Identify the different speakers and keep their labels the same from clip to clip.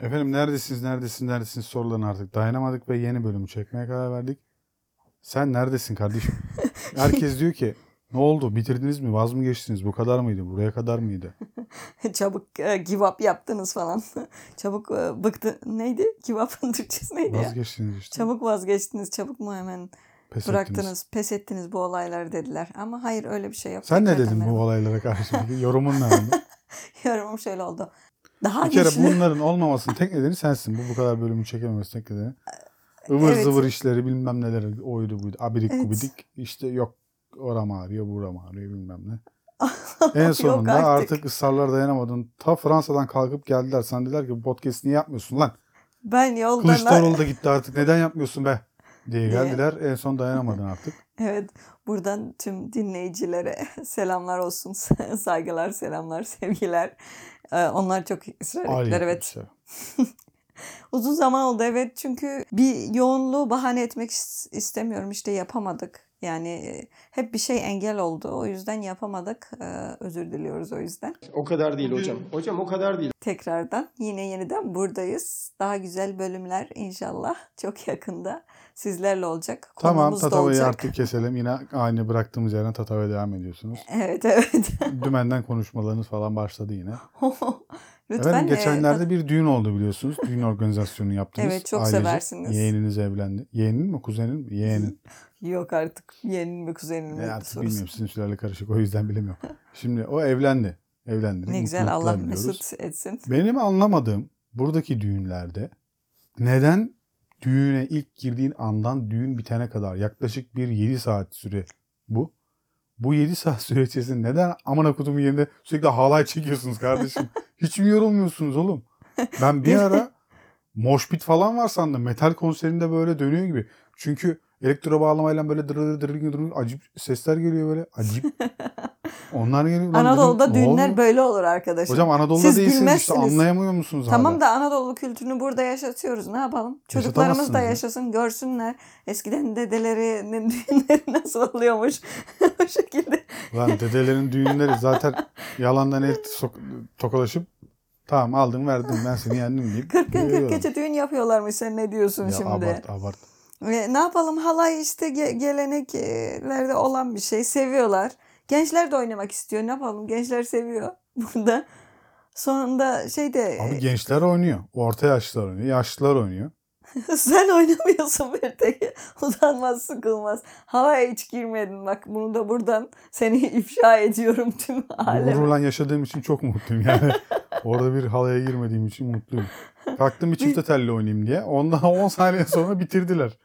Speaker 1: Efendim neredesiniz, neredesiniz, neredesiniz sorularına artık dayanamadık ve yeni bölümü çekmeye karar verdik. Sen neredesin kardeşim? Herkes diyor ki ne oldu bitirdiniz mi vaz mı geçtiniz bu kadar mıydı buraya kadar mıydı?
Speaker 2: Çabuk e, give up yaptınız falan. Çabuk e, bıktı. Neydi? Give up'ın Türkçesi neydi ya?
Speaker 1: Vazgeçtiniz işte.
Speaker 2: Çabuk vazgeçtiniz. Çabuk mu hemen
Speaker 1: pes
Speaker 2: bıraktınız.
Speaker 1: ettiniz.
Speaker 2: Pes ettiniz bu olaylar dediler. Ama hayır öyle bir şey yok.
Speaker 1: Sen ne
Speaker 2: Tekrardan
Speaker 1: dedin bu
Speaker 2: merhaba.
Speaker 1: olaylara karşı? Peki Yorumun ne oldu?
Speaker 2: Yorumum şöyle oldu. Daha
Speaker 1: Bir kere
Speaker 2: güçlü.
Speaker 1: bunların olmamasının tek nedeni sensin. Bu bu kadar bölümü çekememesi tek nedeni. Ivır
Speaker 2: Ee, Evet.
Speaker 1: zıvır işleri bilmem neleri oydu buydu. Abidik
Speaker 2: Evet.
Speaker 1: gubidik işte yok oram ağrıyor buram ağrıyor bilmem ne. En sonunda
Speaker 2: artık.
Speaker 1: artık. ısrarlara dayanamadın. Ta Fransa'dan kalkıp geldiler. Sen dediler ki bu podcast niye yapmıyorsun lan?
Speaker 2: Ben yoldan...
Speaker 1: Kılıçdaroğlu da gitti artık neden yapmıyorsun be? Diye geldiler. En son dayanamadın artık.
Speaker 2: Evet buradan tüm dinleyicilere selamlar olsun. Saygılar, selamlar, sevgiler. Ee, Onlar çok ısrar
Speaker 1: Ay
Speaker 2: ettiler evet.
Speaker 1: yapmışlar.
Speaker 2: Uzun zaman oldu evet çünkü bir yoğunluğu bahane etmek is- istemiyorum işte yapamadık. Yani e, hep bir şey engel oldu o yüzden yapamadık. Ee, Özür diliyoruz o yüzden.
Speaker 3: O kadar değil hocam. Hocam o kadar değil.
Speaker 2: Tekrardan yine yeniden buradayız. Daha güzel bölümler inşallah çok yakında sizlerle olacak.
Speaker 1: Tamam
Speaker 2: Konuğumuz da
Speaker 1: Tatava'yı
Speaker 2: olacak.
Speaker 1: artık keselim. Yine aynı bıraktığımız yerden Tatava'ya devam ediyorsunuz.
Speaker 2: Evet evet.
Speaker 1: Dümenden konuşmalarınız falan başladı yine.
Speaker 2: Lütfen.
Speaker 1: Efendim
Speaker 2: e,
Speaker 1: geçenlerde bir düğün oldu biliyorsunuz. Düğün organizasyonu yaptınız.
Speaker 2: Evet, çok seversiniz.
Speaker 1: Yeğeniniz evlendi. Yeğenin mi kuzenin mi? Yeğenin.
Speaker 2: Yok artık yeğenin mi kuzenin
Speaker 1: E,
Speaker 2: mi
Speaker 1: artık
Speaker 2: sorusu.
Speaker 1: bilmiyorum sizin sülale karışık o yüzden bilemiyorum. Şimdi o evlendi. Evlendi.
Speaker 2: Ne güzel
Speaker 1: Mutluluklar
Speaker 2: Allah
Speaker 1: diliyoruz.
Speaker 2: mesut etsin.
Speaker 1: Benim anlamadığım buradaki düğünlerde neden düğüne ilk girdiğin andan düğün bitene kadar yaklaşık bir 7 saat süre bu. Bu 7 saat süre içerisinde neden amına kutumun yerinde sürekli halay çekiyorsunuz kardeşim? Hiç mi yorulmuyorsunuz oğlum? Ben bir ara moshpit falan var sandım. Metal konserinde böyle dönüyor gibi. Çünkü elektro bağlamayla böyle dırır dırır dırır dırır acip sesler geliyor böyle. Acip. Onlar geliyor. Lan dedim,
Speaker 2: Anadolu'da
Speaker 1: "Ne
Speaker 2: düğünler
Speaker 1: oluyor?"
Speaker 2: böyle olur arkadaşlar.
Speaker 1: Hocam Anadolu'da
Speaker 2: Siz
Speaker 1: değilsiniz işte
Speaker 2: bilmezsiniz.
Speaker 1: anlayamıyor musunuz
Speaker 2: Tamam
Speaker 1: hala?
Speaker 2: da Anadolu kültürünü burada yaşatıyoruz. Ne yapalım? Çocuklarımız da
Speaker 1: Yaşatamazsınız ya.
Speaker 2: yaşasın, görsünler. Eskiden dedelerinin düğünleri nasıl oluyormuş. o şekilde.
Speaker 1: Lan dedelerin düğünleri zaten yalandan el sok- tokalaşıp tamam aldım verdim ben seni yendim deyip.
Speaker 2: 40 gün 40
Speaker 1: veriyorlar.
Speaker 2: gece düğün yapıyorlarmış. Sen ne diyorsun
Speaker 1: Ya
Speaker 2: şimdi?
Speaker 1: abart abart.
Speaker 2: Ve ne yapalım? Halay işte ge- geleneklerde olan bir şey. Seviyorlar. Gençler de oynamak istiyor. Ne yapalım? Gençler seviyor burada. Sonunda şey şeyde
Speaker 1: Abi gençler oynuyor. Orta yaşlılar oynuyor. Yaşlılar oynuyor.
Speaker 2: Sen oynamıyorsun Berte'yi. Utanmaz sıkılmaz. Havaya hiç girmedin bak. Bunu da buradan seni ifşa ediyorum tüm
Speaker 1: Bu
Speaker 2: aleme.
Speaker 1: gururla yaşadığım için çok mutluyum yani. Orada bir halaya girmediğim için mutluyum. Kalktım bir çifte telli oynayayım diye. Ondan 10 saniye sonra bitirdiler.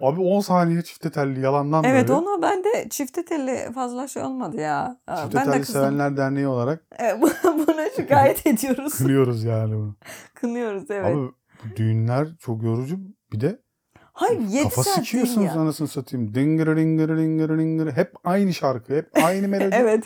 Speaker 1: Abi 10 saniye çifte telli yalandan
Speaker 2: Evet
Speaker 1: böyle.
Speaker 2: onu ben de çifte telli fazla şey olmadı ya. Aa,
Speaker 1: Çifte
Speaker 2: ben de
Speaker 1: telli
Speaker 2: kızdım.
Speaker 1: sevenler derneği olarak
Speaker 2: E, bu- Buna şikayet ediyoruz.
Speaker 1: kınıyoruz yani bunu.
Speaker 2: Kınıyoruz evet.
Speaker 1: Abi bu düğünler çok yorucu. Bir de
Speaker 2: Hayır 7
Speaker 1: kafa
Speaker 2: saat değil
Speaker 1: sıkıyorsunuz
Speaker 2: ya.
Speaker 1: anasını satayım. Dingır dingır dingır dingır. Hep aynı şarkı. Hep aynı melodi.
Speaker 2: E, Evet.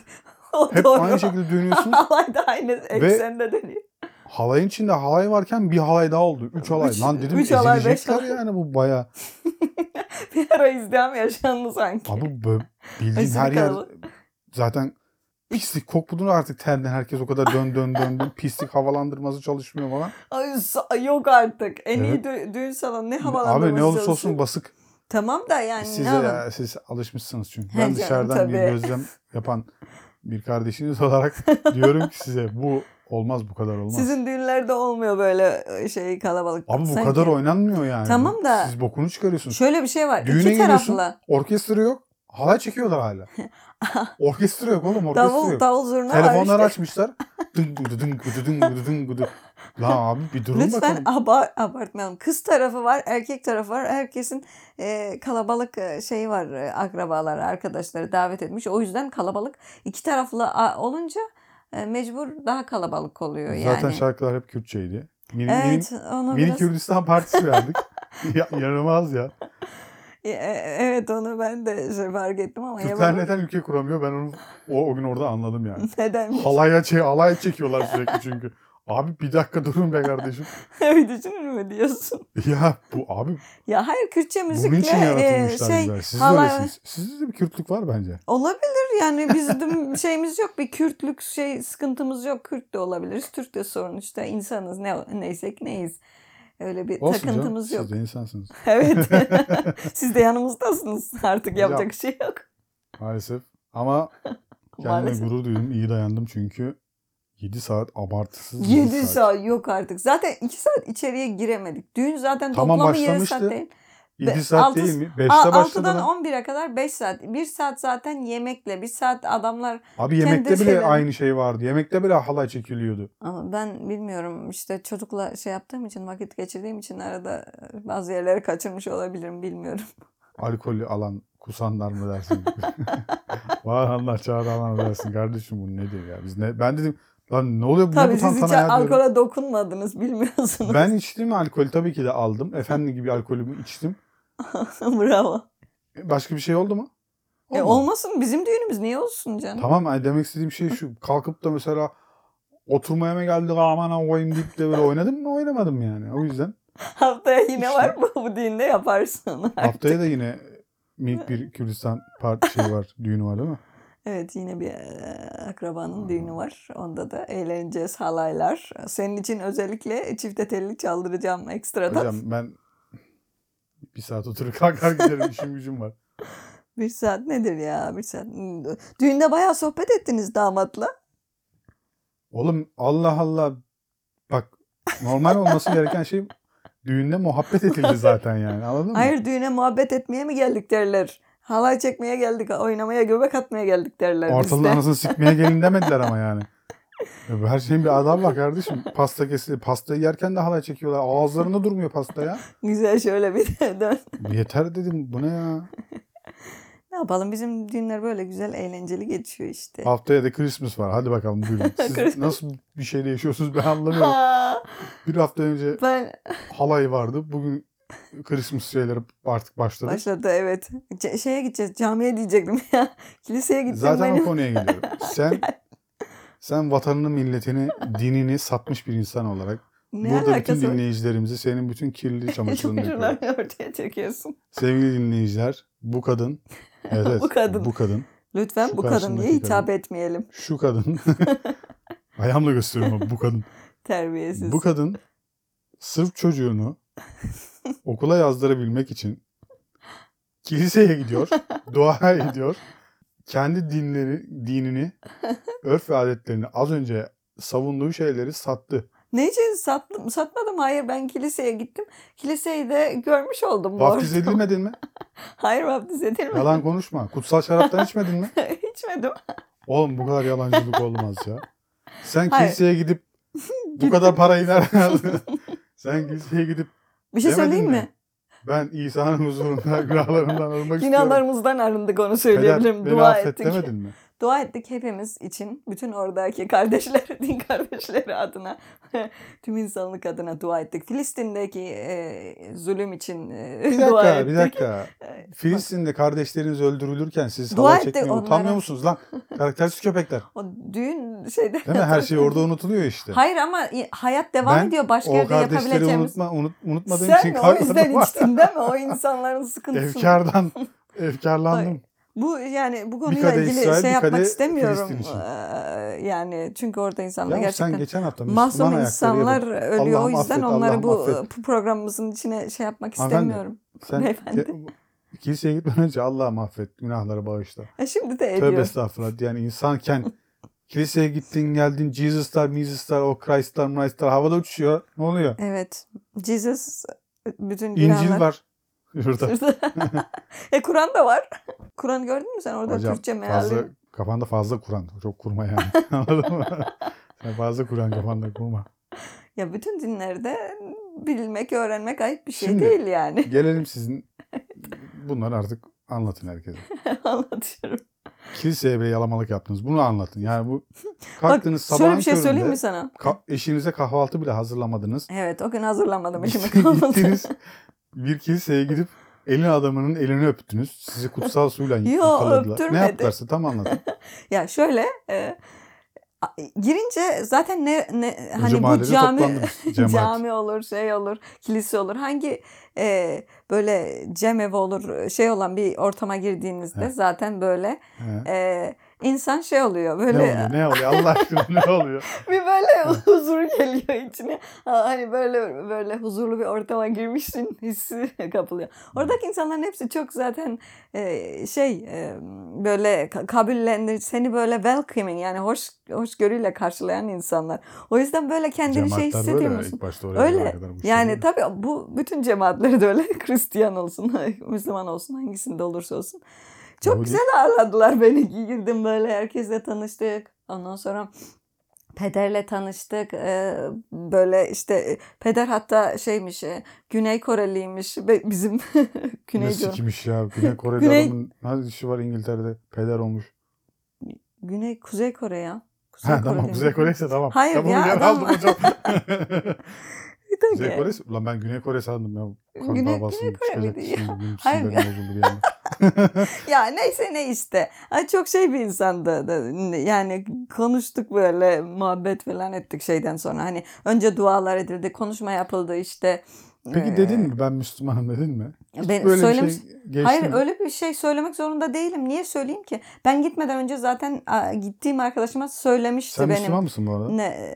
Speaker 2: O
Speaker 1: Hep
Speaker 2: doğru.
Speaker 1: aynı şekilde dönüyorsunuz.
Speaker 2: Halay da aynı eksende dönüyor.
Speaker 1: Halayın içinde halay varken bir halay daha oldu. Üç halay.
Speaker 2: Üç-
Speaker 1: Lan dedim
Speaker 2: üç halay, beş
Speaker 1: ezilecekler
Speaker 2: halay.
Speaker 1: yani bu baya.
Speaker 2: Bir ara izdiham yaşandı sanki.
Speaker 1: Abi böyle bildiğin
Speaker 2: Aşırı
Speaker 1: her yer
Speaker 2: kalabalık.
Speaker 1: zaten pislik kokudun artık terden. Herkes o kadar dön dön dön dön. Pislik havalandırması çalışmıyor falan.
Speaker 2: Ay, sa- yok artık. En iyi
Speaker 1: Evet.
Speaker 2: dü- düğün salonu ne havalandırması
Speaker 1: Abi ne olursa
Speaker 2: çalışıyor?
Speaker 1: olsun basık.
Speaker 2: Tamam da yani
Speaker 1: Size
Speaker 2: ne yapalım?
Speaker 1: ya, siz alışmışsınız çünkü.
Speaker 2: He
Speaker 1: Ben
Speaker 2: canım,
Speaker 1: dışarıdan bir
Speaker 2: tabii.
Speaker 1: gözlem yapan bir kardeşiniz olarak diyorum ki size bu olmaz bu kadar olmaz.
Speaker 2: Sizin düğünlerde olmuyor böyle şey kalabalık.
Speaker 1: Abi bu
Speaker 2: Sanki-
Speaker 1: kadar oynanmıyor yani.
Speaker 2: Tamam da-
Speaker 1: Siz bokunu çıkarıyorsunuz.
Speaker 2: Şöyle bir şey var.
Speaker 1: Düğüne
Speaker 2: İki
Speaker 1: geliyorsun.
Speaker 2: taraflı.
Speaker 1: Orkestra yok. Halay çekiyorlar hala. orkestra yok oğlum orkestra
Speaker 2: Davul,
Speaker 1: yok.
Speaker 2: davul zurna var
Speaker 1: Telefonları
Speaker 2: işte.
Speaker 1: açmışlar. Dın gıdı dın gıdı dın gıdı dın gıdı. Lan abi bir durun
Speaker 2: Lütfen
Speaker 1: bakalım.
Speaker 2: abar- abartmayalım. Kız tarafı var, erkek tarafı var. Herkesin e, kalabalık e, şeyi var. e, akrabaları, arkadaşları davet etmiş. O yüzden kalabalık iki taraflı a- olunca e, mecbur daha kalabalık oluyor yani.
Speaker 1: Zaten şarkılar hep Kürtçeydi. Mini,
Speaker 2: Evet, onu
Speaker 1: mini, mini
Speaker 2: biraz-
Speaker 1: Kürdistan partisi verdik. ya, yaramaz ya.
Speaker 2: E, e, Evet onu ben de şey fark ettim ama
Speaker 1: Kürtler
Speaker 2: yapamadım.
Speaker 1: neden ülke kuramıyor ben onu o, o gün orada anladım yani.
Speaker 2: Neden?
Speaker 1: Halaya, çe alay çekiyorlar sürekli çünkü. Abi bir dakika durun be kardeşim.
Speaker 2: Öyle düşünür mü diyorsun?
Speaker 1: ya bu abi
Speaker 2: Ya hayır Kürtçe
Speaker 1: bunun için
Speaker 2: müzikle e,
Speaker 1: yaratılmışlar
Speaker 2: şey
Speaker 1: bunlar. Siz de
Speaker 2: halay-
Speaker 1: öylesiniz. Sizde de bir Kürtlük var bence.
Speaker 2: olabilir yani bizim şeyimiz yok bir Kürtlük şey sıkıntımız yok Kürt de olabiliriz Türk de sorun işte insanız ne neysek neyiz öyle bir
Speaker 1: Olsun
Speaker 2: takıntımız
Speaker 1: canım,
Speaker 2: yok.
Speaker 1: Siz de insansınız.
Speaker 2: Evet siz de yanımızdasınız artık
Speaker 1: Hocam.
Speaker 2: yapacak bir şey yok.
Speaker 1: Maalesef. Ama
Speaker 2: Maalesef.
Speaker 1: kendime gurur duydum. iyi dayandım çünkü 7 saat abartısız.
Speaker 2: 7 saat. yok artık. Zaten 2 saat içeriye giremedik. Düğün zaten
Speaker 1: Tamam,
Speaker 2: toplamı 7 saat
Speaker 1: başlamıştı.
Speaker 2: değil.
Speaker 1: 7 saat
Speaker 2: Altı-
Speaker 1: değil mi?
Speaker 2: A-
Speaker 1: 5'te başladı
Speaker 2: 6'dan
Speaker 1: lan.
Speaker 2: 11'e kadar 5 saat. 1 saat zaten yemekle. 1 saat adamlar
Speaker 1: Abi yemekte bile
Speaker 2: şeyleri-
Speaker 1: aynı şey vardı. Yemekte bile halay çekiliyordu.
Speaker 2: Ama ben bilmiyorum işte çocukla şey yaptığım için vakit geçirdiğim için arada e, bazı yerleri kaçırmış olabilirim bilmiyorum.
Speaker 1: Alkolü alan kusanlar mı dersin? Varanlar çağıranlar mı dersin? Kardeşim bu nedir ya? Biz ne? Ben dedim lan ne oluyor bu? ne
Speaker 2: Tabii
Speaker 1: bu
Speaker 2: siz hiç
Speaker 1: tantana ya diyorum.
Speaker 2: alkola dokunmadınız bilmiyorsunuz.
Speaker 1: Ben içtim alkol tabii ki de aldım. Efendi gibi alkolümü içtim.
Speaker 2: Bravo.
Speaker 1: E, Başka bir şey oldu mu?
Speaker 2: E,
Speaker 1: Olmadı.
Speaker 2: olmasın bizim düğünümüz niye olsun canım?
Speaker 1: Tamam yani demek istediğim şey şu. Kalkıp da mesela oturmaya mı geldik aman ha koyayım deyip de böyle oynadım mı oynamadım yani. O yüzden
Speaker 2: Haftaya yine
Speaker 1: İşte.
Speaker 2: var mı bu düğünde yaparsın.
Speaker 1: haftaya da yine minik bir Kürdistan parti şey var. Düğünü var değil mi?
Speaker 2: Evet yine bir e,
Speaker 1: Hmm.
Speaker 2: akrabanın düğünü var. Onda da eğleneceğiz halaylar. Senin için özellikle çifte telli çaldıracağım ekstradan.
Speaker 1: Hocam ben bir saat oturup kalkar giderim işim gücüm var.
Speaker 2: Bir saat nedir ya? Bir saat. Düğünde bayağı sohbet ettiniz damatla.
Speaker 1: Oğlum Allah Allah bak normal olması gereken şey düğünde muhabbet edildi zaten yani anladın mı?
Speaker 2: Hayır düğüne muhabbet etmeye mi geldik derler. Halay çekmeye geldik, oynamaya, göbek atmaya geldik derler
Speaker 1: Ortalığı
Speaker 2: bizde.
Speaker 1: anasını sikmeye gelin demediler ama yani. Ya bu Her şeyin bir adabı var kardeşim. Pasta kesildi. Pastayı yerken de halay çekiyorlar. Ağızlarında durmuyor pasta ya.
Speaker 2: Güzel şöyle bir dön.
Speaker 1: Yeter dedim. Bu ne ya?
Speaker 2: Ne yapalım bizim düğünler böyle güzel eğlenceli geçiyor işte.
Speaker 1: Haftaya da Christmas var. Hadi bakalım buyurun. Siz nasıl bir şeyle yaşıyorsunuz ben anlamıyorum.
Speaker 2: Ha,
Speaker 1: Bir hafta önce
Speaker 2: ben
Speaker 1: halay vardı. Bugün Christmas şeyleri artık başladı.
Speaker 2: başladı evet. C- şeye gideceğiz camiye diyecektim ya. Kiliseye gideceğim
Speaker 1: Zaten o
Speaker 2: benim.
Speaker 1: konuya geliyorum. Sen sen vatanını, milletini, dinini satmış bir insan olarak burada bütün
Speaker 2: var?
Speaker 1: dinleyicilerimizi senin bütün kirli çamaşırını döküyorum.
Speaker 2: Çamaşırlarını ortaya çekiyorsun.
Speaker 1: Sevgili dinleyiciler, bu kadın evet, evet,
Speaker 2: Bu kadın.
Speaker 1: bu kadın,
Speaker 2: Lütfen
Speaker 1: Şu
Speaker 2: bu kadın diye
Speaker 1: karşındaki
Speaker 2: hitap etmeyelim.
Speaker 1: şu kadın. Ayağımla gösteriyorum ama bu kadın.
Speaker 2: Terbiyesiz.
Speaker 1: Bu kadın sırf çocuğunu okula yazdırabilmek için kiliseye gidiyor, dua ediyor. Kendi dinleri, dinini, örf ve adetlerini az önce savunduğu şeyleri sattı.
Speaker 2: Ne için sattım? Satmadım. Hayır ben kiliseye gittim. Kiliseyi de görmüş oldum. bu
Speaker 1: Vaftiz
Speaker 2: arada.
Speaker 1: edilmedin mi?
Speaker 2: Hayır vaftiz edilmedi.
Speaker 1: Yalan konuşma. Kutsal şaraptan içmedin mi?
Speaker 2: İçmedim.
Speaker 1: Oğlum bu kadar yalancılık olmaz ya. Sen
Speaker 2: Hayır.
Speaker 1: kiliseye gidip bu kadar parayı nereden aldın? Sen kiliseye gidip
Speaker 2: Bir şey
Speaker 1: Demedin
Speaker 2: söyleyeyim
Speaker 1: mi?
Speaker 2: mi?
Speaker 1: ben İsa'nın huzurunda günahlarımdan arınmak istiyorum.
Speaker 2: Günahlarımızdan arındık onu
Speaker 1: Peder
Speaker 2: söyleyebilirim.
Speaker 1: beni
Speaker 2: Dua
Speaker 1: affet
Speaker 2: ettik.
Speaker 1: demedin mi?
Speaker 2: Dua ettik hepimiz için. Bütün oradaki kardeşler, din kardeşleri adına, tüm insanlık adına dua ettik. Filistin'deki e, zulüm için e,
Speaker 1: Bir
Speaker 2: dua
Speaker 1: dakika,
Speaker 2: ettik.
Speaker 1: bir dakika.
Speaker 2: E,
Speaker 1: Filistin'de kardeşleriniz öldürülürken siz
Speaker 2: Dua
Speaker 1: halay
Speaker 2: ettik
Speaker 1: çekmeye
Speaker 2: onlara.
Speaker 1: utanmıyor musunuz lan? Karaktersiz köpekler.
Speaker 2: O düğün şeyde.
Speaker 1: Değil mi? Her şey orada unutuluyor işte.
Speaker 2: Hayır ama i- hayat devam
Speaker 1: Ben
Speaker 2: ediyor. Başka
Speaker 1: o
Speaker 2: yerde
Speaker 1: kardeşleri
Speaker 2: yapabileceğimiz.
Speaker 1: unutma, unut, unutmadığım için
Speaker 2: Sen o
Speaker 1: kalmadım.
Speaker 2: yüzden içtin değil mi? O insanların sıkıntısını.
Speaker 1: Efkardan, efkarlandım.
Speaker 2: Bu yani bu
Speaker 1: Bir
Speaker 2: konuyla
Speaker 1: kadeh
Speaker 2: ilgili
Speaker 1: İsrail,
Speaker 2: şey
Speaker 1: bir
Speaker 2: yapmak
Speaker 1: kadeh
Speaker 2: istemiyorum.
Speaker 1: Filistin için.
Speaker 2: Ee, yani çünkü orada
Speaker 1: Ya
Speaker 2: insanlar
Speaker 1: sen
Speaker 2: gerçekten
Speaker 1: geçen hafta Müslüman
Speaker 2: masum
Speaker 1: ayakları
Speaker 2: insanlar
Speaker 1: yedin.
Speaker 2: ölüyor.
Speaker 1: Allah'ım
Speaker 2: o yüzden
Speaker 1: affet, Allah'ım
Speaker 2: onları bu,
Speaker 1: affet.
Speaker 2: bu programımızın içine şey yapmak
Speaker 1: Hanımefendi.
Speaker 2: istemiyorum.
Speaker 1: Sen
Speaker 2: Beyefendi.
Speaker 1: ke- kiliseye gitmeden önce Allah'a mahvet, günahları bağışla.
Speaker 2: E şimdi de
Speaker 1: Tövbe
Speaker 2: ediyor.
Speaker 1: estağfurullah. Yani insanken kiliseye gittin geldin Jesus'lar, Jesus'lar, o Christ'lar, Christ'lar havada uçuşuyor. Ne oluyor?
Speaker 2: Evet. Jesus bütün günahlar.
Speaker 1: İncil var.
Speaker 2: Ee,
Speaker 1: Şurada.
Speaker 2: e Kur'an da var. Kur'an gördün mü sen orada
Speaker 1: Hocam
Speaker 2: Türkçe meali?
Speaker 1: fazla, kafanda fazla Kur'an. Çok kurma yani. Anladın mı? Sen fazla Kur'an kafanda kurma.
Speaker 2: Ya bütün dinlerde bilmek, öğrenmek ayıp bir şey
Speaker 1: Şimdi-
Speaker 2: değil yani.
Speaker 1: Gelelim sizin bunları artık anlatın herkese.
Speaker 2: Anlatıyorum.
Speaker 1: Kiliseye bile yalamalık yaptınız. Bunu anlatın. Yani bu kalktınız
Speaker 2: Bak,
Speaker 1: sabahın
Speaker 2: şöyle bir şey
Speaker 1: köründe-
Speaker 2: söyleyeyim mi sana?
Speaker 1: Ka- eşinize kahvaltı bile hazırlamadınız.
Speaker 2: Evet o gün hazırlamadım işimi kalmadı.
Speaker 1: Gittiniz bir kiliseye gidip elin adamının elini öptünüz. Sizi kutsal suyla
Speaker 2: Yo,
Speaker 1: yıkadılar. Ne
Speaker 2: öptürmedi.
Speaker 1: yaptılarsa tam anlatın.
Speaker 2: ya şöyle e, A- girince zaten ne, ne hani
Speaker 1: Hoca
Speaker 2: bu
Speaker 1: mahallede
Speaker 2: cami
Speaker 1: toplandı biz, cemaat.
Speaker 2: cami olur, şey olur, kilise olur. Hangi e, böyle cemevi olur, şey olan bir ortama girdiğinizde
Speaker 1: Evet.
Speaker 2: zaten böyle
Speaker 1: He.
Speaker 2: e, insan şey oluyor.
Speaker 1: Ne
Speaker 2: Böyle
Speaker 1: oluyor? Ne oluyor? Allah aşkına ne oluyor?
Speaker 2: bir böyle huzur geliyor içine. Ha, Hani böyle böyle huzurlu bir ortama girmişsin hissi kapılıyor. Oradaki insanların hepsi çok zaten e, şey e, böyle ka- kabullendir seni böyle welcoming yani hoş hoşgörüyle karşılayan insanlar. O yüzden böyle kendini şey
Speaker 1: Cemaatler böyle
Speaker 2: hissediyor
Speaker 1: mi?
Speaker 2: musun?
Speaker 1: İlk başta oraya
Speaker 2: Öyle.
Speaker 1: gelene kadar bu işler
Speaker 2: Yani
Speaker 1: böyle.
Speaker 2: tabii bu bütün cemaatleri de öyle. Hristiyan olsun, Müslüman olsun, hangisinde olursa olsun. Çok
Speaker 1: Yahudi.
Speaker 2: güzel ağırladılar beni. Girdim böyle herkesle tanıştık. Ondan sonra pederle tanıştık. Ee, böyle işte e, peder hatta şeymiş, e, Güney Koreliymiş. Be- Bizim
Speaker 1: Ne
Speaker 2: Güney Co-
Speaker 1: sikmiş ya. Güney Koreli
Speaker 2: Güney-
Speaker 1: adamın ne işi var İngiltere'de? Peder olmuş.
Speaker 2: Güney Kuzey Kore ya. Kuzey
Speaker 1: Ha
Speaker 2: Kore
Speaker 1: tamam
Speaker 2: demiş.
Speaker 1: Kuzey Kore'yse tamam.
Speaker 2: Hayır
Speaker 1: tamam,
Speaker 2: ya,
Speaker 1: ben
Speaker 2: adam-
Speaker 1: aldım hocam.
Speaker 2: Tabii.
Speaker 1: Kuzey Kore Lan ben Güney Kore sandım ya. Kan
Speaker 2: Güney-
Speaker 1: davasının
Speaker 2: Güney Kore
Speaker 1: çıkacak
Speaker 2: miydi ya?
Speaker 1: şimdi, benim
Speaker 2: Hayır
Speaker 1: sinirlerim bozuldu bir anda.
Speaker 2: ya neyse ne işte. Ay çok şey bir insandı. Da- Yani konuştuk böyle muhabbet falan ettik şeyden sonra. Hani önce dualar edildi, konuşma yapıldı işte.
Speaker 1: Peki
Speaker 2: Ee,
Speaker 1: dedin mi ben Müslümanım dedin mi?
Speaker 2: Ben
Speaker 1: Böyle bir
Speaker 2: söylemiş.
Speaker 1: şey geçti
Speaker 2: Hayır
Speaker 1: mi?
Speaker 2: öyle bir şey söylemek zorunda değilim. Niye söyleyeyim ki? Ben gitmeden önce zaten a, gittiğim arkadaşıma söylemişti
Speaker 1: Sen
Speaker 2: şey benim.
Speaker 1: Müslüman mısın bu arada?
Speaker 2: Ne?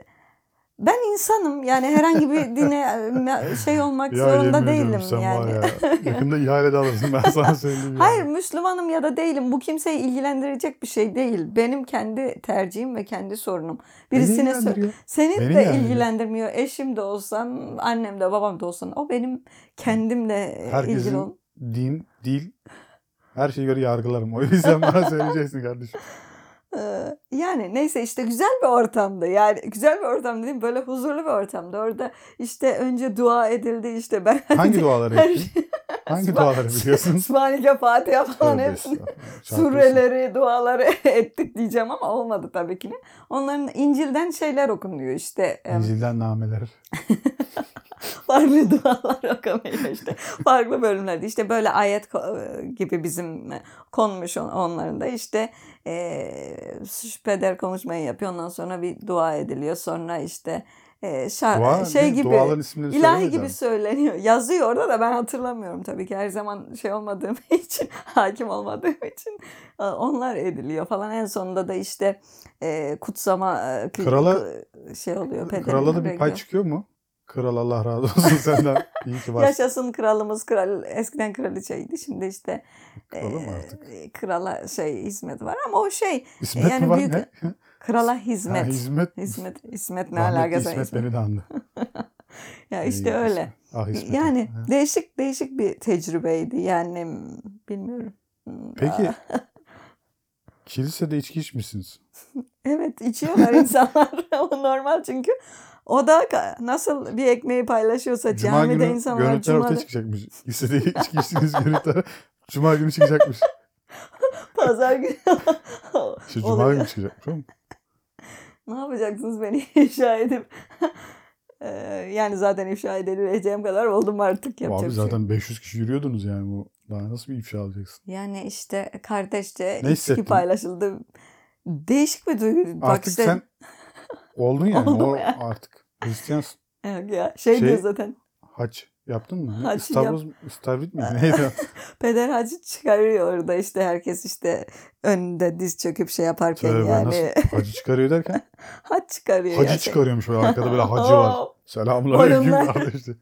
Speaker 2: Ben insanım yani herhangi bir dine şey olmak
Speaker 1: Ya yemin
Speaker 2: zorunda
Speaker 1: ediyorum
Speaker 2: değilim
Speaker 1: sen
Speaker 2: yani.
Speaker 1: var ya. Yakında ihale de alırsın ben sana söyleyeyim. E, yani.
Speaker 2: Hayır Müslümanım ya da değilim. Bu kimseyi ilgilendirecek bir şey değil. Benim kendi tercihim ve kendi sorunum.
Speaker 1: Beni
Speaker 2: Birisine sor-
Speaker 1: ilgilendiriyor.
Speaker 2: Seni
Speaker 1: Beni
Speaker 2: de
Speaker 1: ilgilendiriyor.
Speaker 2: ilgilendirmiyor. Eşim de olsam, annem de babam da olsan. O benim kendimle ilgili olan.
Speaker 1: Herkesin din, dil, her şeye göre yargılarım. O yüzden bana söyleyeceksin kardeşim.
Speaker 2: Ee, Yani neyse işte güzel bir ortamdı. Yani güzel bir ortam dediğim böyle huzurlu bir ortamdı. Orada işte önce dua edildi işte ben
Speaker 1: Hangi duaları
Speaker 2: her şey
Speaker 1: ettin? Hangi
Speaker 2: Sübhan-
Speaker 1: duaları biliyorsun?
Speaker 2: Sübhaneke, Fatiha falan
Speaker 1: Tövbe
Speaker 2: hepsini.
Speaker 1: estağfurullah. Çarpıyorsun.
Speaker 2: sureleri, duaları ettik diyeceğim ama olmadı tabii ki. de. Onların İncil'den şeyler okunuyor işte. em,
Speaker 1: İncil'den nameler.
Speaker 2: farklı dualar okunuyor işte. Farklı bölümlerde işte böyle ayet ko- e, gibi bizim konmuş on- onların da işte e, peder konuşmayı yapıyor. Ondan sonra bir dua ediliyor. Sonra işte e, şa-
Speaker 1: Dua,
Speaker 2: şey
Speaker 1: ne?
Speaker 2: gibi
Speaker 1: Duaların isimleri
Speaker 2: İlahi
Speaker 1: söylemeyeceğim.
Speaker 2: gibi söyleniyor. Yazıyor orada da ben hatırlamıyorum tabii ki her zaman şey olmadığım için, hakim olmadığım için e, onlar ediliyor falan. En sonunda da işte e, kutsama e, kı-
Speaker 1: Krala-
Speaker 2: kı- şey oluyor. pederin
Speaker 1: Krala da
Speaker 2: oraya
Speaker 1: bir pay
Speaker 2: gidiyor.
Speaker 1: çıkıyor mu? Kral Allah razı olsun senden. İyi ki varsın.
Speaker 2: Yaşasın kralımız kral. Eskiden kraliçeydi. Şimdi işte e,
Speaker 1: Krala mı artık?
Speaker 2: krala şey hizmet var ama o şey
Speaker 1: İsmet
Speaker 2: yani
Speaker 1: mi var
Speaker 2: büyük-
Speaker 1: ne?
Speaker 2: krala
Speaker 1: Ha,
Speaker 2: hizmet.
Speaker 1: hizmet.
Speaker 2: hizmet hizmet ne
Speaker 1: Rahmetli
Speaker 2: alakası var?
Speaker 1: İsmet
Speaker 2: hizmet?
Speaker 1: beni de andı.
Speaker 2: Ya
Speaker 1: İyi
Speaker 2: işte
Speaker 1: İsmet.
Speaker 2: öyle.
Speaker 1: Ah İsmet.
Speaker 2: Yani
Speaker 1: Ha.
Speaker 2: değişik değişik bir tecrübeydi. Yani m, bilmiyorum. Hmm,
Speaker 1: Peki
Speaker 2: aa,
Speaker 1: kilisede içki içmişsiniz.
Speaker 2: Evet içiyorlar insanlar. O normal çünkü. O da ka- nasıl bir ekmeği paylaşıyorsa
Speaker 1: Cuma
Speaker 2: camide
Speaker 1: günü
Speaker 2: insanlar
Speaker 1: görüntüler
Speaker 2: cumada
Speaker 1: ortaya çıkacakmış. Kilisede içki içtiğiniz görüntüler Cuma günü çıkacakmış.
Speaker 2: pazar günü
Speaker 1: İşte Cuma
Speaker 2: oluyor.
Speaker 1: günü çıkacakmış. oğlum.
Speaker 2: Ne yapacaksınız beni ifşa edip? Eee, yani zaten ifşa edileceğim kadar oldum artık yapacak
Speaker 1: Abi
Speaker 2: bir şey yok.
Speaker 1: zaten 500 kişi yürüyordunuz yani bu. Daha nasıl bir ifşa alacaksın?
Speaker 2: Yani işte kardeşçe
Speaker 1: hissettin?
Speaker 2: ilişki paylaşıldı. Değişik bir duygu. Bak
Speaker 1: artık
Speaker 2: işte
Speaker 1: sen oldun yani.
Speaker 2: Oldum
Speaker 1: o
Speaker 2: yani.
Speaker 1: artık Hristiyansın.
Speaker 2: Yok ya, şey,
Speaker 1: Şey-
Speaker 2: diyor zaten.
Speaker 1: Haç yaptın mı?
Speaker 2: Haç
Speaker 1: Haç
Speaker 2: yap-
Speaker 1: İstavroz, İstavrit miydi? Neydi?
Speaker 2: Peder hacı çıkarıyor orada işte herkes işte önünde diz çöküp şey yaparken
Speaker 1: Tövbe
Speaker 2: yani
Speaker 1: nasıl? Hacı çıkarıyor derken.
Speaker 2: hac çıkarıyor. ya
Speaker 1: Hacı
Speaker 2: şey.
Speaker 1: çıkarıyormuş böyle arkada böyle hacı var.
Speaker 2: Hop.
Speaker 1: Selamun aleyküm
Speaker 2: Oğlum.
Speaker 1: kardeşler.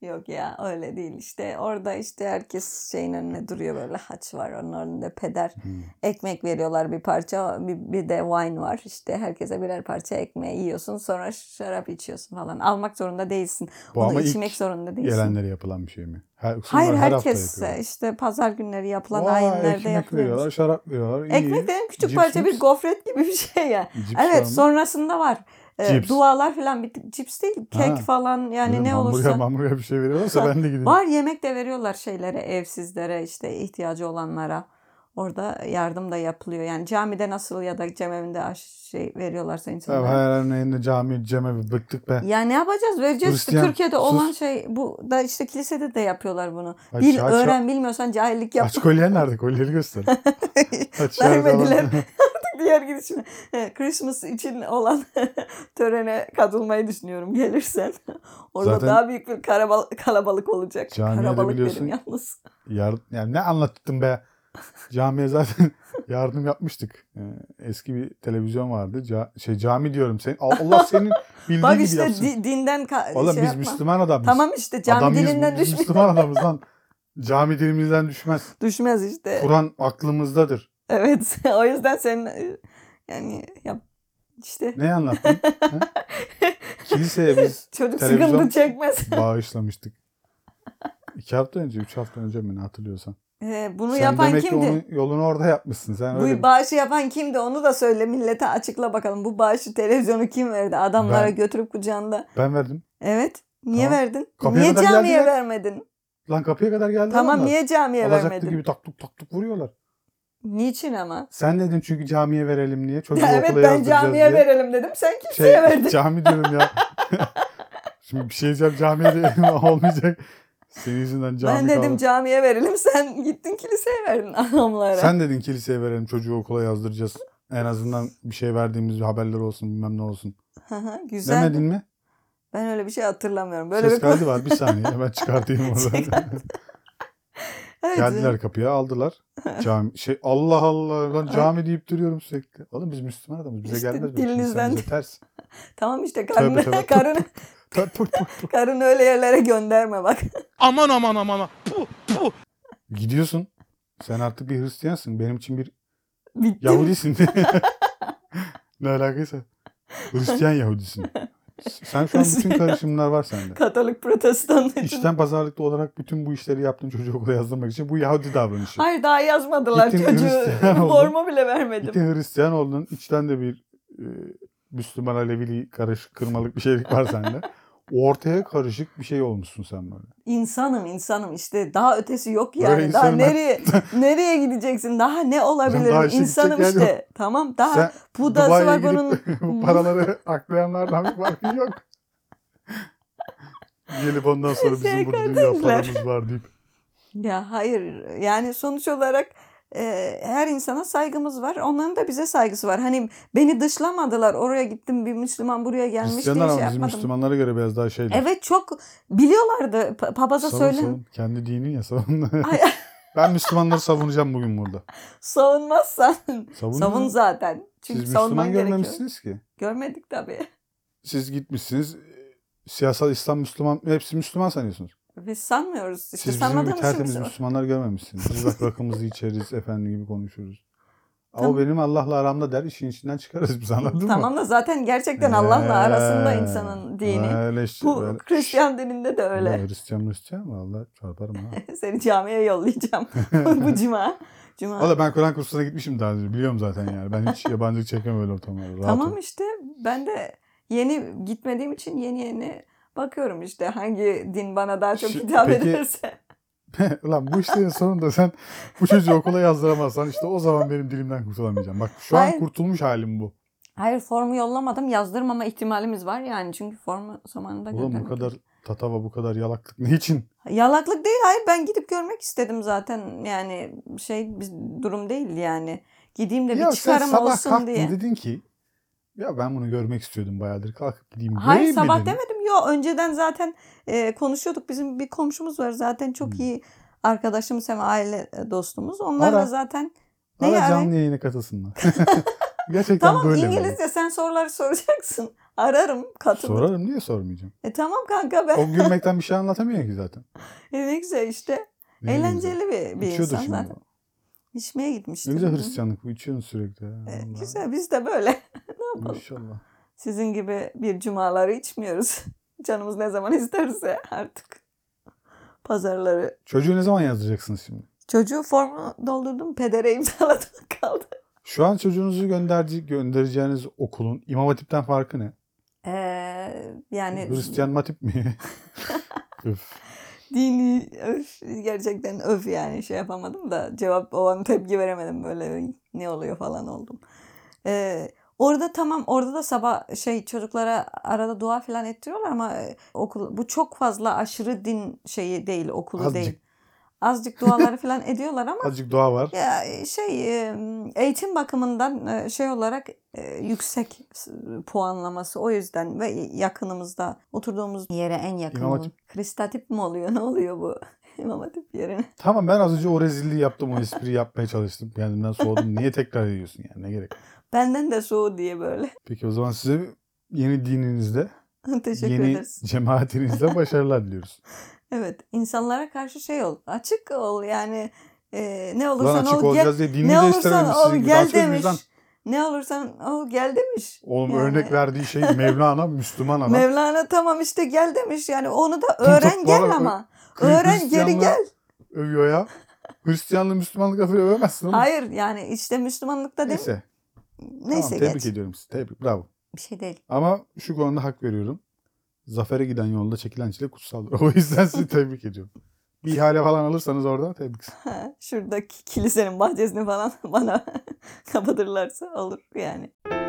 Speaker 2: Yok ya öyle değil işte orada işte herkes şeyin önüne duruyor böyle haç var onun önünde peder
Speaker 1: Hmm.
Speaker 2: ekmek veriyorlar bir parça bir, bir de wine var işte herkese birer parça ekmeği yiyorsun sonra şarap içiyorsun falan almak zorunda değilsin
Speaker 1: Bu
Speaker 2: onu
Speaker 1: ama
Speaker 2: içmek
Speaker 1: ilk
Speaker 2: zorunda değilsin.
Speaker 1: gelenlere yapılan bir şey mi? Her,
Speaker 2: Hayır
Speaker 1: Hayır her
Speaker 2: herkes
Speaker 1: hafta yapıyorlar.
Speaker 2: işte pazar günleri yapılan
Speaker 1: Vay,
Speaker 2: ayinlerde
Speaker 1: ekmek
Speaker 2: yapılıyor.
Speaker 1: veriyorlar, şarap veriyorlar. iyi.
Speaker 2: Ekmek dedim küçük
Speaker 1: Cips
Speaker 2: parça
Speaker 1: mips?
Speaker 2: bir gofret gibi bir şey ya.
Speaker 1: Cips var
Speaker 2: Evet
Speaker 1: mı?
Speaker 2: sonrasında var. Ee,
Speaker 1: Cips.
Speaker 2: dualar falan bir cips değil kek
Speaker 1: Ha.
Speaker 2: falan yani
Speaker 1: Dedim,
Speaker 2: ne
Speaker 1: Hamburger
Speaker 2: olursa.
Speaker 1: hamburger bir şey veriyorlarsa ben de gideyim.
Speaker 2: Var yemek de veriyorlar şeylere evsizlere işte ihtiyacı olanlara. Orada yardım da yapılıyor. Yani camide nasıl ya da cemevinde aş şey veriyorlarsa
Speaker 1: Tamam,
Speaker 2: insanlara.
Speaker 1: her örneğinde cami, cemevi bıktık be.
Speaker 2: Ya ne yapacağız? Vereceğiz işte
Speaker 1: Hristiyan,
Speaker 2: Türkiye'de
Speaker 1: sus.
Speaker 2: olan şey bu da işte kilisede de yapıyorlar bunu.
Speaker 1: Aç-
Speaker 2: Bil
Speaker 1: aç-
Speaker 2: öğren bilmiyorsan cahillik yap.
Speaker 1: Aç kolyen nerede? Kolyeleri göster. Aç
Speaker 2: Vermediler.
Speaker 1: nerede?
Speaker 2: diye diğer gidişine e, Christmas için olan törene katılmayı düşünüyorum gelirsen. Orada
Speaker 1: Zaten-
Speaker 2: daha büyük bir karabal- kalabalık olacak.
Speaker 1: Camiye de
Speaker 2: karabalık
Speaker 1: biliyorsun-
Speaker 2: dedim yalnız.
Speaker 1: Yar, yani ne anlattın be? Camiye zaten yardım yapmıştık. Ee, eski bir televizyon vardı. Ca- şey cami diyorum. Sen, Allah senin bildiği
Speaker 2: Bak
Speaker 1: gibi
Speaker 2: işte
Speaker 1: yapsın.
Speaker 2: di- dinden ka-
Speaker 1: Oğlum
Speaker 2: şey
Speaker 1: biz
Speaker 2: yapma.
Speaker 1: Müslüman adamız.
Speaker 2: Tamam işte cami
Speaker 1: Adam biz-
Speaker 2: dilinden
Speaker 1: biz
Speaker 2: düşme-
Speaker 1: Müslüman adamız lan. Cami dilimizden düşmez.
Speaker 2: düşmez işte.
Speaker 1: Kur'an aklımızdadır.
Speaker 2: Evet. o yüzden sen e, yani yap işte
Speaker 1: Ne anlattın? Ha? Kiliseye biz
Speaker 2: çocuk
Speaker 1: Televizyon-
Speaker 2: sıkıntı çekmez.
Speaker 1: bağışlamıştık. İki hafta önce, üç hafta önce mi ne hatırlıyorsan.
Speaker 2: E, bunu
Speaker 1: Sen
Speaker 2: yapan
Speaker 1: demek
Speaker 2: kimdi?
Speaker 1: ki onun yolunu orada yapmışsın. Sen
Speaker 2: Bu
Speaker 1: öyle
Speaker 2: bağışı yapan kimdi onu da söyle millete açıkla bakalım. Bu bağışı televizyonu kim verdi? Adamlara
Speaker 1: Ben.
Speaker 2: götürüp kucağında.
Speaker 1: Ben verdim.
Speaker 2: Evet. Niye
Speaker 1: Tamam.
Speaker 2: verdin?
Speaker 1: Kapıya
Speaker 2: niye
Speaker 1: kadar
Speaker 2: camiye
Speaker 1: geldiler.
Speaker 2: vermedin?
Speaker 1: Lan kapıya kadar geldi
Speaker 2: Tamam
Speaker 1: adamlar.
Speaker 2: niye camiye
Speaker 1: Alacaklı
Speaker 2: vermedin?
Speaker 1: gibi taktuk taktuk vuruyorlar.
Speaker 2: Niçin ama?
Speaker 1: Sen dedin çünkü camiye verelim niye? Çocuğu
Speaker 2: evet
Speaker 1: okula
Speaker 2: ben
Speaker 1: yazdıracağız
Speaker 2: camiye
Speaker 1: diye.
Speaker 2: verelim dedim. Sen kimseye
Speaker 1: Şey,
Speaker 2: verdin.
Speaker 1: cami diyorum ya. Şimdi bir şey diyeceğim camiye de olmayacak. Senin yüzünden cami
Speaker 2: ben dedim
Speaker 1: kaldı.
Speaker 2: camiye verelim. Sen gittin kiliseye verdin adamlara.
Speaker 1: Sen dedin kiliseye verelim çocuğu okula yazdıracağız. En azından bir şey verdiğimiz bir haberler olsun bilmem ne olsun.
Speaker 2: Hı hı, Güzel.
Speaker 1: Demedin mi?
Speaker 2: Ben öyle bir şey hatırlamıyorum. Böyle
Speaker 1: Ses
Speaker 2: bir konu- Şey
Speaker 1: kaydı var bir saniye hemen çıkartayım oradan.
Speaker 2: Çıkart. Evet.
Speaker 1: Geldiler kapıya aldılar. Cami, şey, Allah Allah lan cami deyip duruyorum sürekli. Oğlum biz Müslüman adamız bize
Speaker 2: İşte
Speaker 1: gelmez. böyle. Şimdi sen
Speaker 2: dilinizden-
Speaker 1: bize ters.
Speaker 2: Tamam işte
Speaker 1: Tövbe,
Speaker 2: karını,
Speaker 1: tövbe.
Speaker 2: karını,
Speaker 1: Tut, tut, tut, tut.
Speaker 2: karını öyle yerlere gönderme bak.
Speaker 4: Aman aman aman. Puh.
Speaker 1: Gidiyorsun. Sen artık bir Hristiyansın. Benim için bir
Speaker 2: Bitti.
Speaker 1: Yahudisin. ne alakaysa. Hristiyan Yahudisin. Sen şu an bütün karışımlar var sende.
Speaker 2: Katolik protestan için.
Speaker 1: İşten pazarlıklı olarak bütün bu işleri yaptın çocuğu okula yazdırmak için. Bu Yahudi davranışı.
Speaker 2: Hayır daha yazmadılar
Speaker 1: Gittim
Speaker 2: çocuğu.
Speaker 1: Hristiyan oldum.
Speaker 2: Formu bile vermedim.
Speaker 1: Gittin Hristiyan oldun. içten de bir e, Müslüman Alevili karışık kırmalık bir şeylik var sende. Ortaya karışık bir şey olmuşsun sen böyle.
Speaker 2: İnsanım insanım işte daha ötesi yok
Speaker 1: Böyle
Speaker 2: yani. daha
Speaker 1: insanım ben.
Speaker 2: nereye nereye gideceksin? Daha ne olabilirim?
Speaker 1: daha işe
Speaker 2: insanım
Speaker 1: gidecek
Speaker 2: işte.
Speaker 1: yer
Speaker 2: Tamam daha
Speaker 1: sen
Speaker 2: pudası
Speaker 1: Dubai'ye
Speaker 2: var
Speaker 1: gidip
Speaker 2: bunun.
Speaker 1: bu paraları aklayanlardan bir farkın yok. Gelip ondan sonra
Speaker 2: Şey
Speaker 1: bizim burada dünya
Speaker 2: Kardeşler.
Speaker 1: paramız var deyip.
Speaker 2: Ya hayır yani sonuç olarak e, her insana saygımız var. Onların da bize saygısı var. Hani beni dışlamadılar. Oraya gittim bir Müslüman buraya gelmiş
Speaker 1: Hristiyanlar
Speaker 2: diye
Speaker 1: ama
Speaker 2: şey
Speaker 1: bizim
Speaker 2: yapmadım.
Speaker 1: Müslümanlara göre biraz daha şeyler.
Speaker 2: Evet çok biliyorlardı. Pa- Papaza
Speaker 1: Savun,
Speaker 2: söylen.
Speaker 1: savun. Kendi dinin ya savun.
Speaker 2: Ay,
Speaker 1: ben Müslümanları savunacağım bugün burada.
Speaker 2: savunmazsan
Speaker 1: Savun.
Speaker 2: savun
Speaker 1: ya.
Speaker 2: zaten. Çünkü
Speaker 1: Siz
Speaker 2: savunman
Speaker 1: Müslüman
Speaker 2: gerekiyor.
Speaker 1: görmemişsiniz ki.
Speaker 2: Görmedik tabii.
Speaker 1: Siz gitmişsiniz. e, Siyasal İslam Müslüman. Hepsi Müslüman sanıyorsunuz.
Speaker 2: Biz sanmıyoruz. İşte şey
Speaker 1: Siz bizim gibi
Speaker 2: sanmadığımız için
Speaker 1: tertemiz
Speaker 2: biz-
Speaker 1: Müslümanlar görmemişsiniz. Biz bak rakımızı içeriz. Efendi gibi konuşuruz. Ama
Speaker 2: Tamam.
Speaker 1: benim Allah'la aramda der işin içinden çıkarız biz anladın mı?
Speaker 2: Tamam da zaten gerçekten Allah'la arasında
Speaker 1: Ee,
Speaker 2: insanın dini.
Speaker 1: Öyle işte.
Speaker 2: Bu
Speaker 1: öyle.
Speaker 2: Hristiyan dininde de öyle.
Speaker 1: Ya Hristiyan Hristiyan mı? Allah çarparım ha.
Speaker 2: Seni camiye yollayacağım bu cuma. Cuma.
Speaker 1: Valla ben Kur'an kursuna gitmişim daha önce. Biliyorum zaten yani. Ben hiç yabancılık çekmem öyle ortamlarda. Rahat
Speaker 2: tamam
Speaker 1: ol.
Speaker 2: işte ben de yeni gitmediğim için yeni yeni bakıyorum işte hangi din bana daha çok
Speaker 1: Şi-
Speaker 2: hitap
Speaker 1: peki-
Speaker 2: ederse.
Speaker 1: Lan bu işlerin sonunda sen bu çocuğu okula yazdıramazsan işte o zaman benim dilimden kurtulamayacağım. Bak şu an
Speaker 2: Hayır.
Speaker 1: kurtulmuş halim bu.
Speaker 2: Hayır formu yollamadım. Yazdırmama ihtimalimiz var yani. Çünkü formu zamanında
Speaker 1: Oğlum bu
Speaker 2: göndermedim.
Speaker 1: kadar tatava bu kadar yalaklık ne için?
Speaker 2: Yalaklık değil. Hayır ben gidip görmek istedim zaten. Yani şey bir durum değil yani. Gideyim de bir
Speaker 1: ya sen
Speaker 2: çıkarım
Speaker 1: sabah
Speaker 2: olsun
Speaker 1: kalktın
Speaker 2: diye.
Speaker 1: dedin ki ya ben bunu görmek istiyordum bayağıdır kalkıp gideyim.
Speaker 2: Hayır
Speaker 1: göreyim mi
Speaker 2: sabah
Speaker 1: dedin.
Speaker 2: demedim. Yok önceden zaten e, konuşuyorduk. Bizim bir komşumuz var zaten çok
Speaker 1: Hmm.
Speaker 2: iyi arkadaşımız hem aile dostumuz. Onlarla
Speaker 1: Ara.
Speaker 2: zaten
Speaker 1: Ara
Speaker 2: Neyi arayayım?
Speaker 1: canlı yayına katılsınlar. Gerçekten
Speaker 2: Tamam
Speaker 1: böyle mi?
Speaker 2: İngilizce sen soruları soracaksın. Ararım katılırım.
Speaker 1: Sorarım niye sormayacağım?
Speaker 2: E tamam kanka ben.
Speaker 1: O gülmekten bir şey anlatamıyor ki zaten.
Speaker 2: E, ne güzel işte.
Speaker 1: Ne
Speaker 2: Eğlenceli bir, bir
Speaker 1: İçiyordur
Speaker 2: insan
Speaker 1: şimdi.
Speaker 2: zaten. İçmeye
Speaker 1: Ne
Speaker 2: gitmiştim.
Speaker 1: güzel
Speaker 2: Hı.
Speaker 1: Hristiyanlık bu içiyorsun sürekli. ya.
Speaker 2: E,
Speaker 1: Allah.
Speaker 2: güzel biz de böyle. ne yapalım?
Speaker 1: İnşallah.
Speaker 2: Sizin gibi bir cumaları içmiyoruz. Canımız ne zaman isterse artık. Pazarları.
Speaker 1: Çocuğu ne zaman yazdıracaksınız şimdi?
Speaker 2: Çocuğu formu doldurdum. Pedere imzaladım kaldı.
Speaker 1: Şu an çocuğunuzu gönderci, göndereceğiniz okulun İmam Hatip'ten farkı ne?
Speaker 2: Ee, yani
Speaker 1: Hristiyan Matip mi? Üf.
Speaker 2: dini öf, gerçekten öf yani şey yapamadım da cevap o an tepki veremedim böyle ne oluyor falan oldum. Ee, orada tamam orada da sabah şey çocuklara arada dua falan ettiriyorlar ama e, okul bu çok fazla aşırı din şeyi değil okulu
Speaker 1: Azıcık.
Speaker 2: değil. Azıcık duaları falan ediyorlar ama
Speaker 1: Azıcık dua var.
Speaker 2: ya şey e, eğitim bakımından e, şey olarak e, yüksek s- puanlaması o yüzden ve yakınımızda oturduğumuz yere en yakın.
Speaker 1: İmam
Speaker 2: olan.
Speaker 1: Hatip.
Speaker 2: Kristatip mi oluyor? Ne oluyor bu? İmam Hatip yerine.
Speaker 1: Tamam ben az önce o rezilliği yaptım. O espriyi yapmaya çalıştım. Kendimden soğudum. Niye tekrar ediyorsun yani? Ne gerek? var?
Speaker 2: Benden de soğu diye böyle.
Speaker 1: Peki o zaman size yeni dininizde,
Speaker 2: Teşekkür
Speaker 1: yeni
Speaker 2: ederiz.
Speaker 1: cemaatinizde başarılar diliyoruz.
Speaker 2: Evet. insanlara karşı şey ol. Açık ol yani. e, ne
Speaker 1: Lan
Speaker 2: olursan
Speaker 1: açık
Speaker 2: ol gel.
Speaker 1: olacağız diye dinini
Speaker 2: Ne
Speaker 1: de
Speaker 2: olursan
Speaker 1: istememiş
Speaker 2: ol
Speaker 1: sizin gibi. Daha
Speaker 2: gel
Speaker 1: sözünüzden-
Speaker 2: demiş. Ne olursan ol gel demiş.
Speaker 1: Oğlum
Speaker 2: Yani.
Speaker 1: örnek verdiği şey Mevlana, Müslüman adam.
Speaker 2: Mevlana tamam işte gel demiş. Yani onu da öğren
Speaker 1: Tut-
Speaker 2: gel
Speaker 1: bana-
Speaker 2: ama.
Speaker 1: Kı-
Speaker 2: Öğren geri
Speaker 1: Hristiyanlığı
Speaker 2: gel.
Speaker 1: Övüyor ya. Hristiyanlığı Müslümanlık lafıyla övemezsin oğlum.
Speaker 2: Hayır yani işte Müslümanlıkta değil.
Speaker 1: Neyse.
Speaker 2: Neyse
Speaker 1: tamam, tebrik
Speaker 2: geç.
Speaker 1: ediyorum sizi. Tebrik. Bravo.
Speaker 2: Bir şey değil.
Speaker 1: Ama şu konuda hak veriyorum. Zafere giden yolda çekilen çile kutsaldır. O yüzden sizi tebrik ediyorum. Bir ihale falan alırsanız orada tebrik.
Speaker 2: Ha, Şuradaki kilisenin bahçesini falan bana kapatırlarsa olur yani.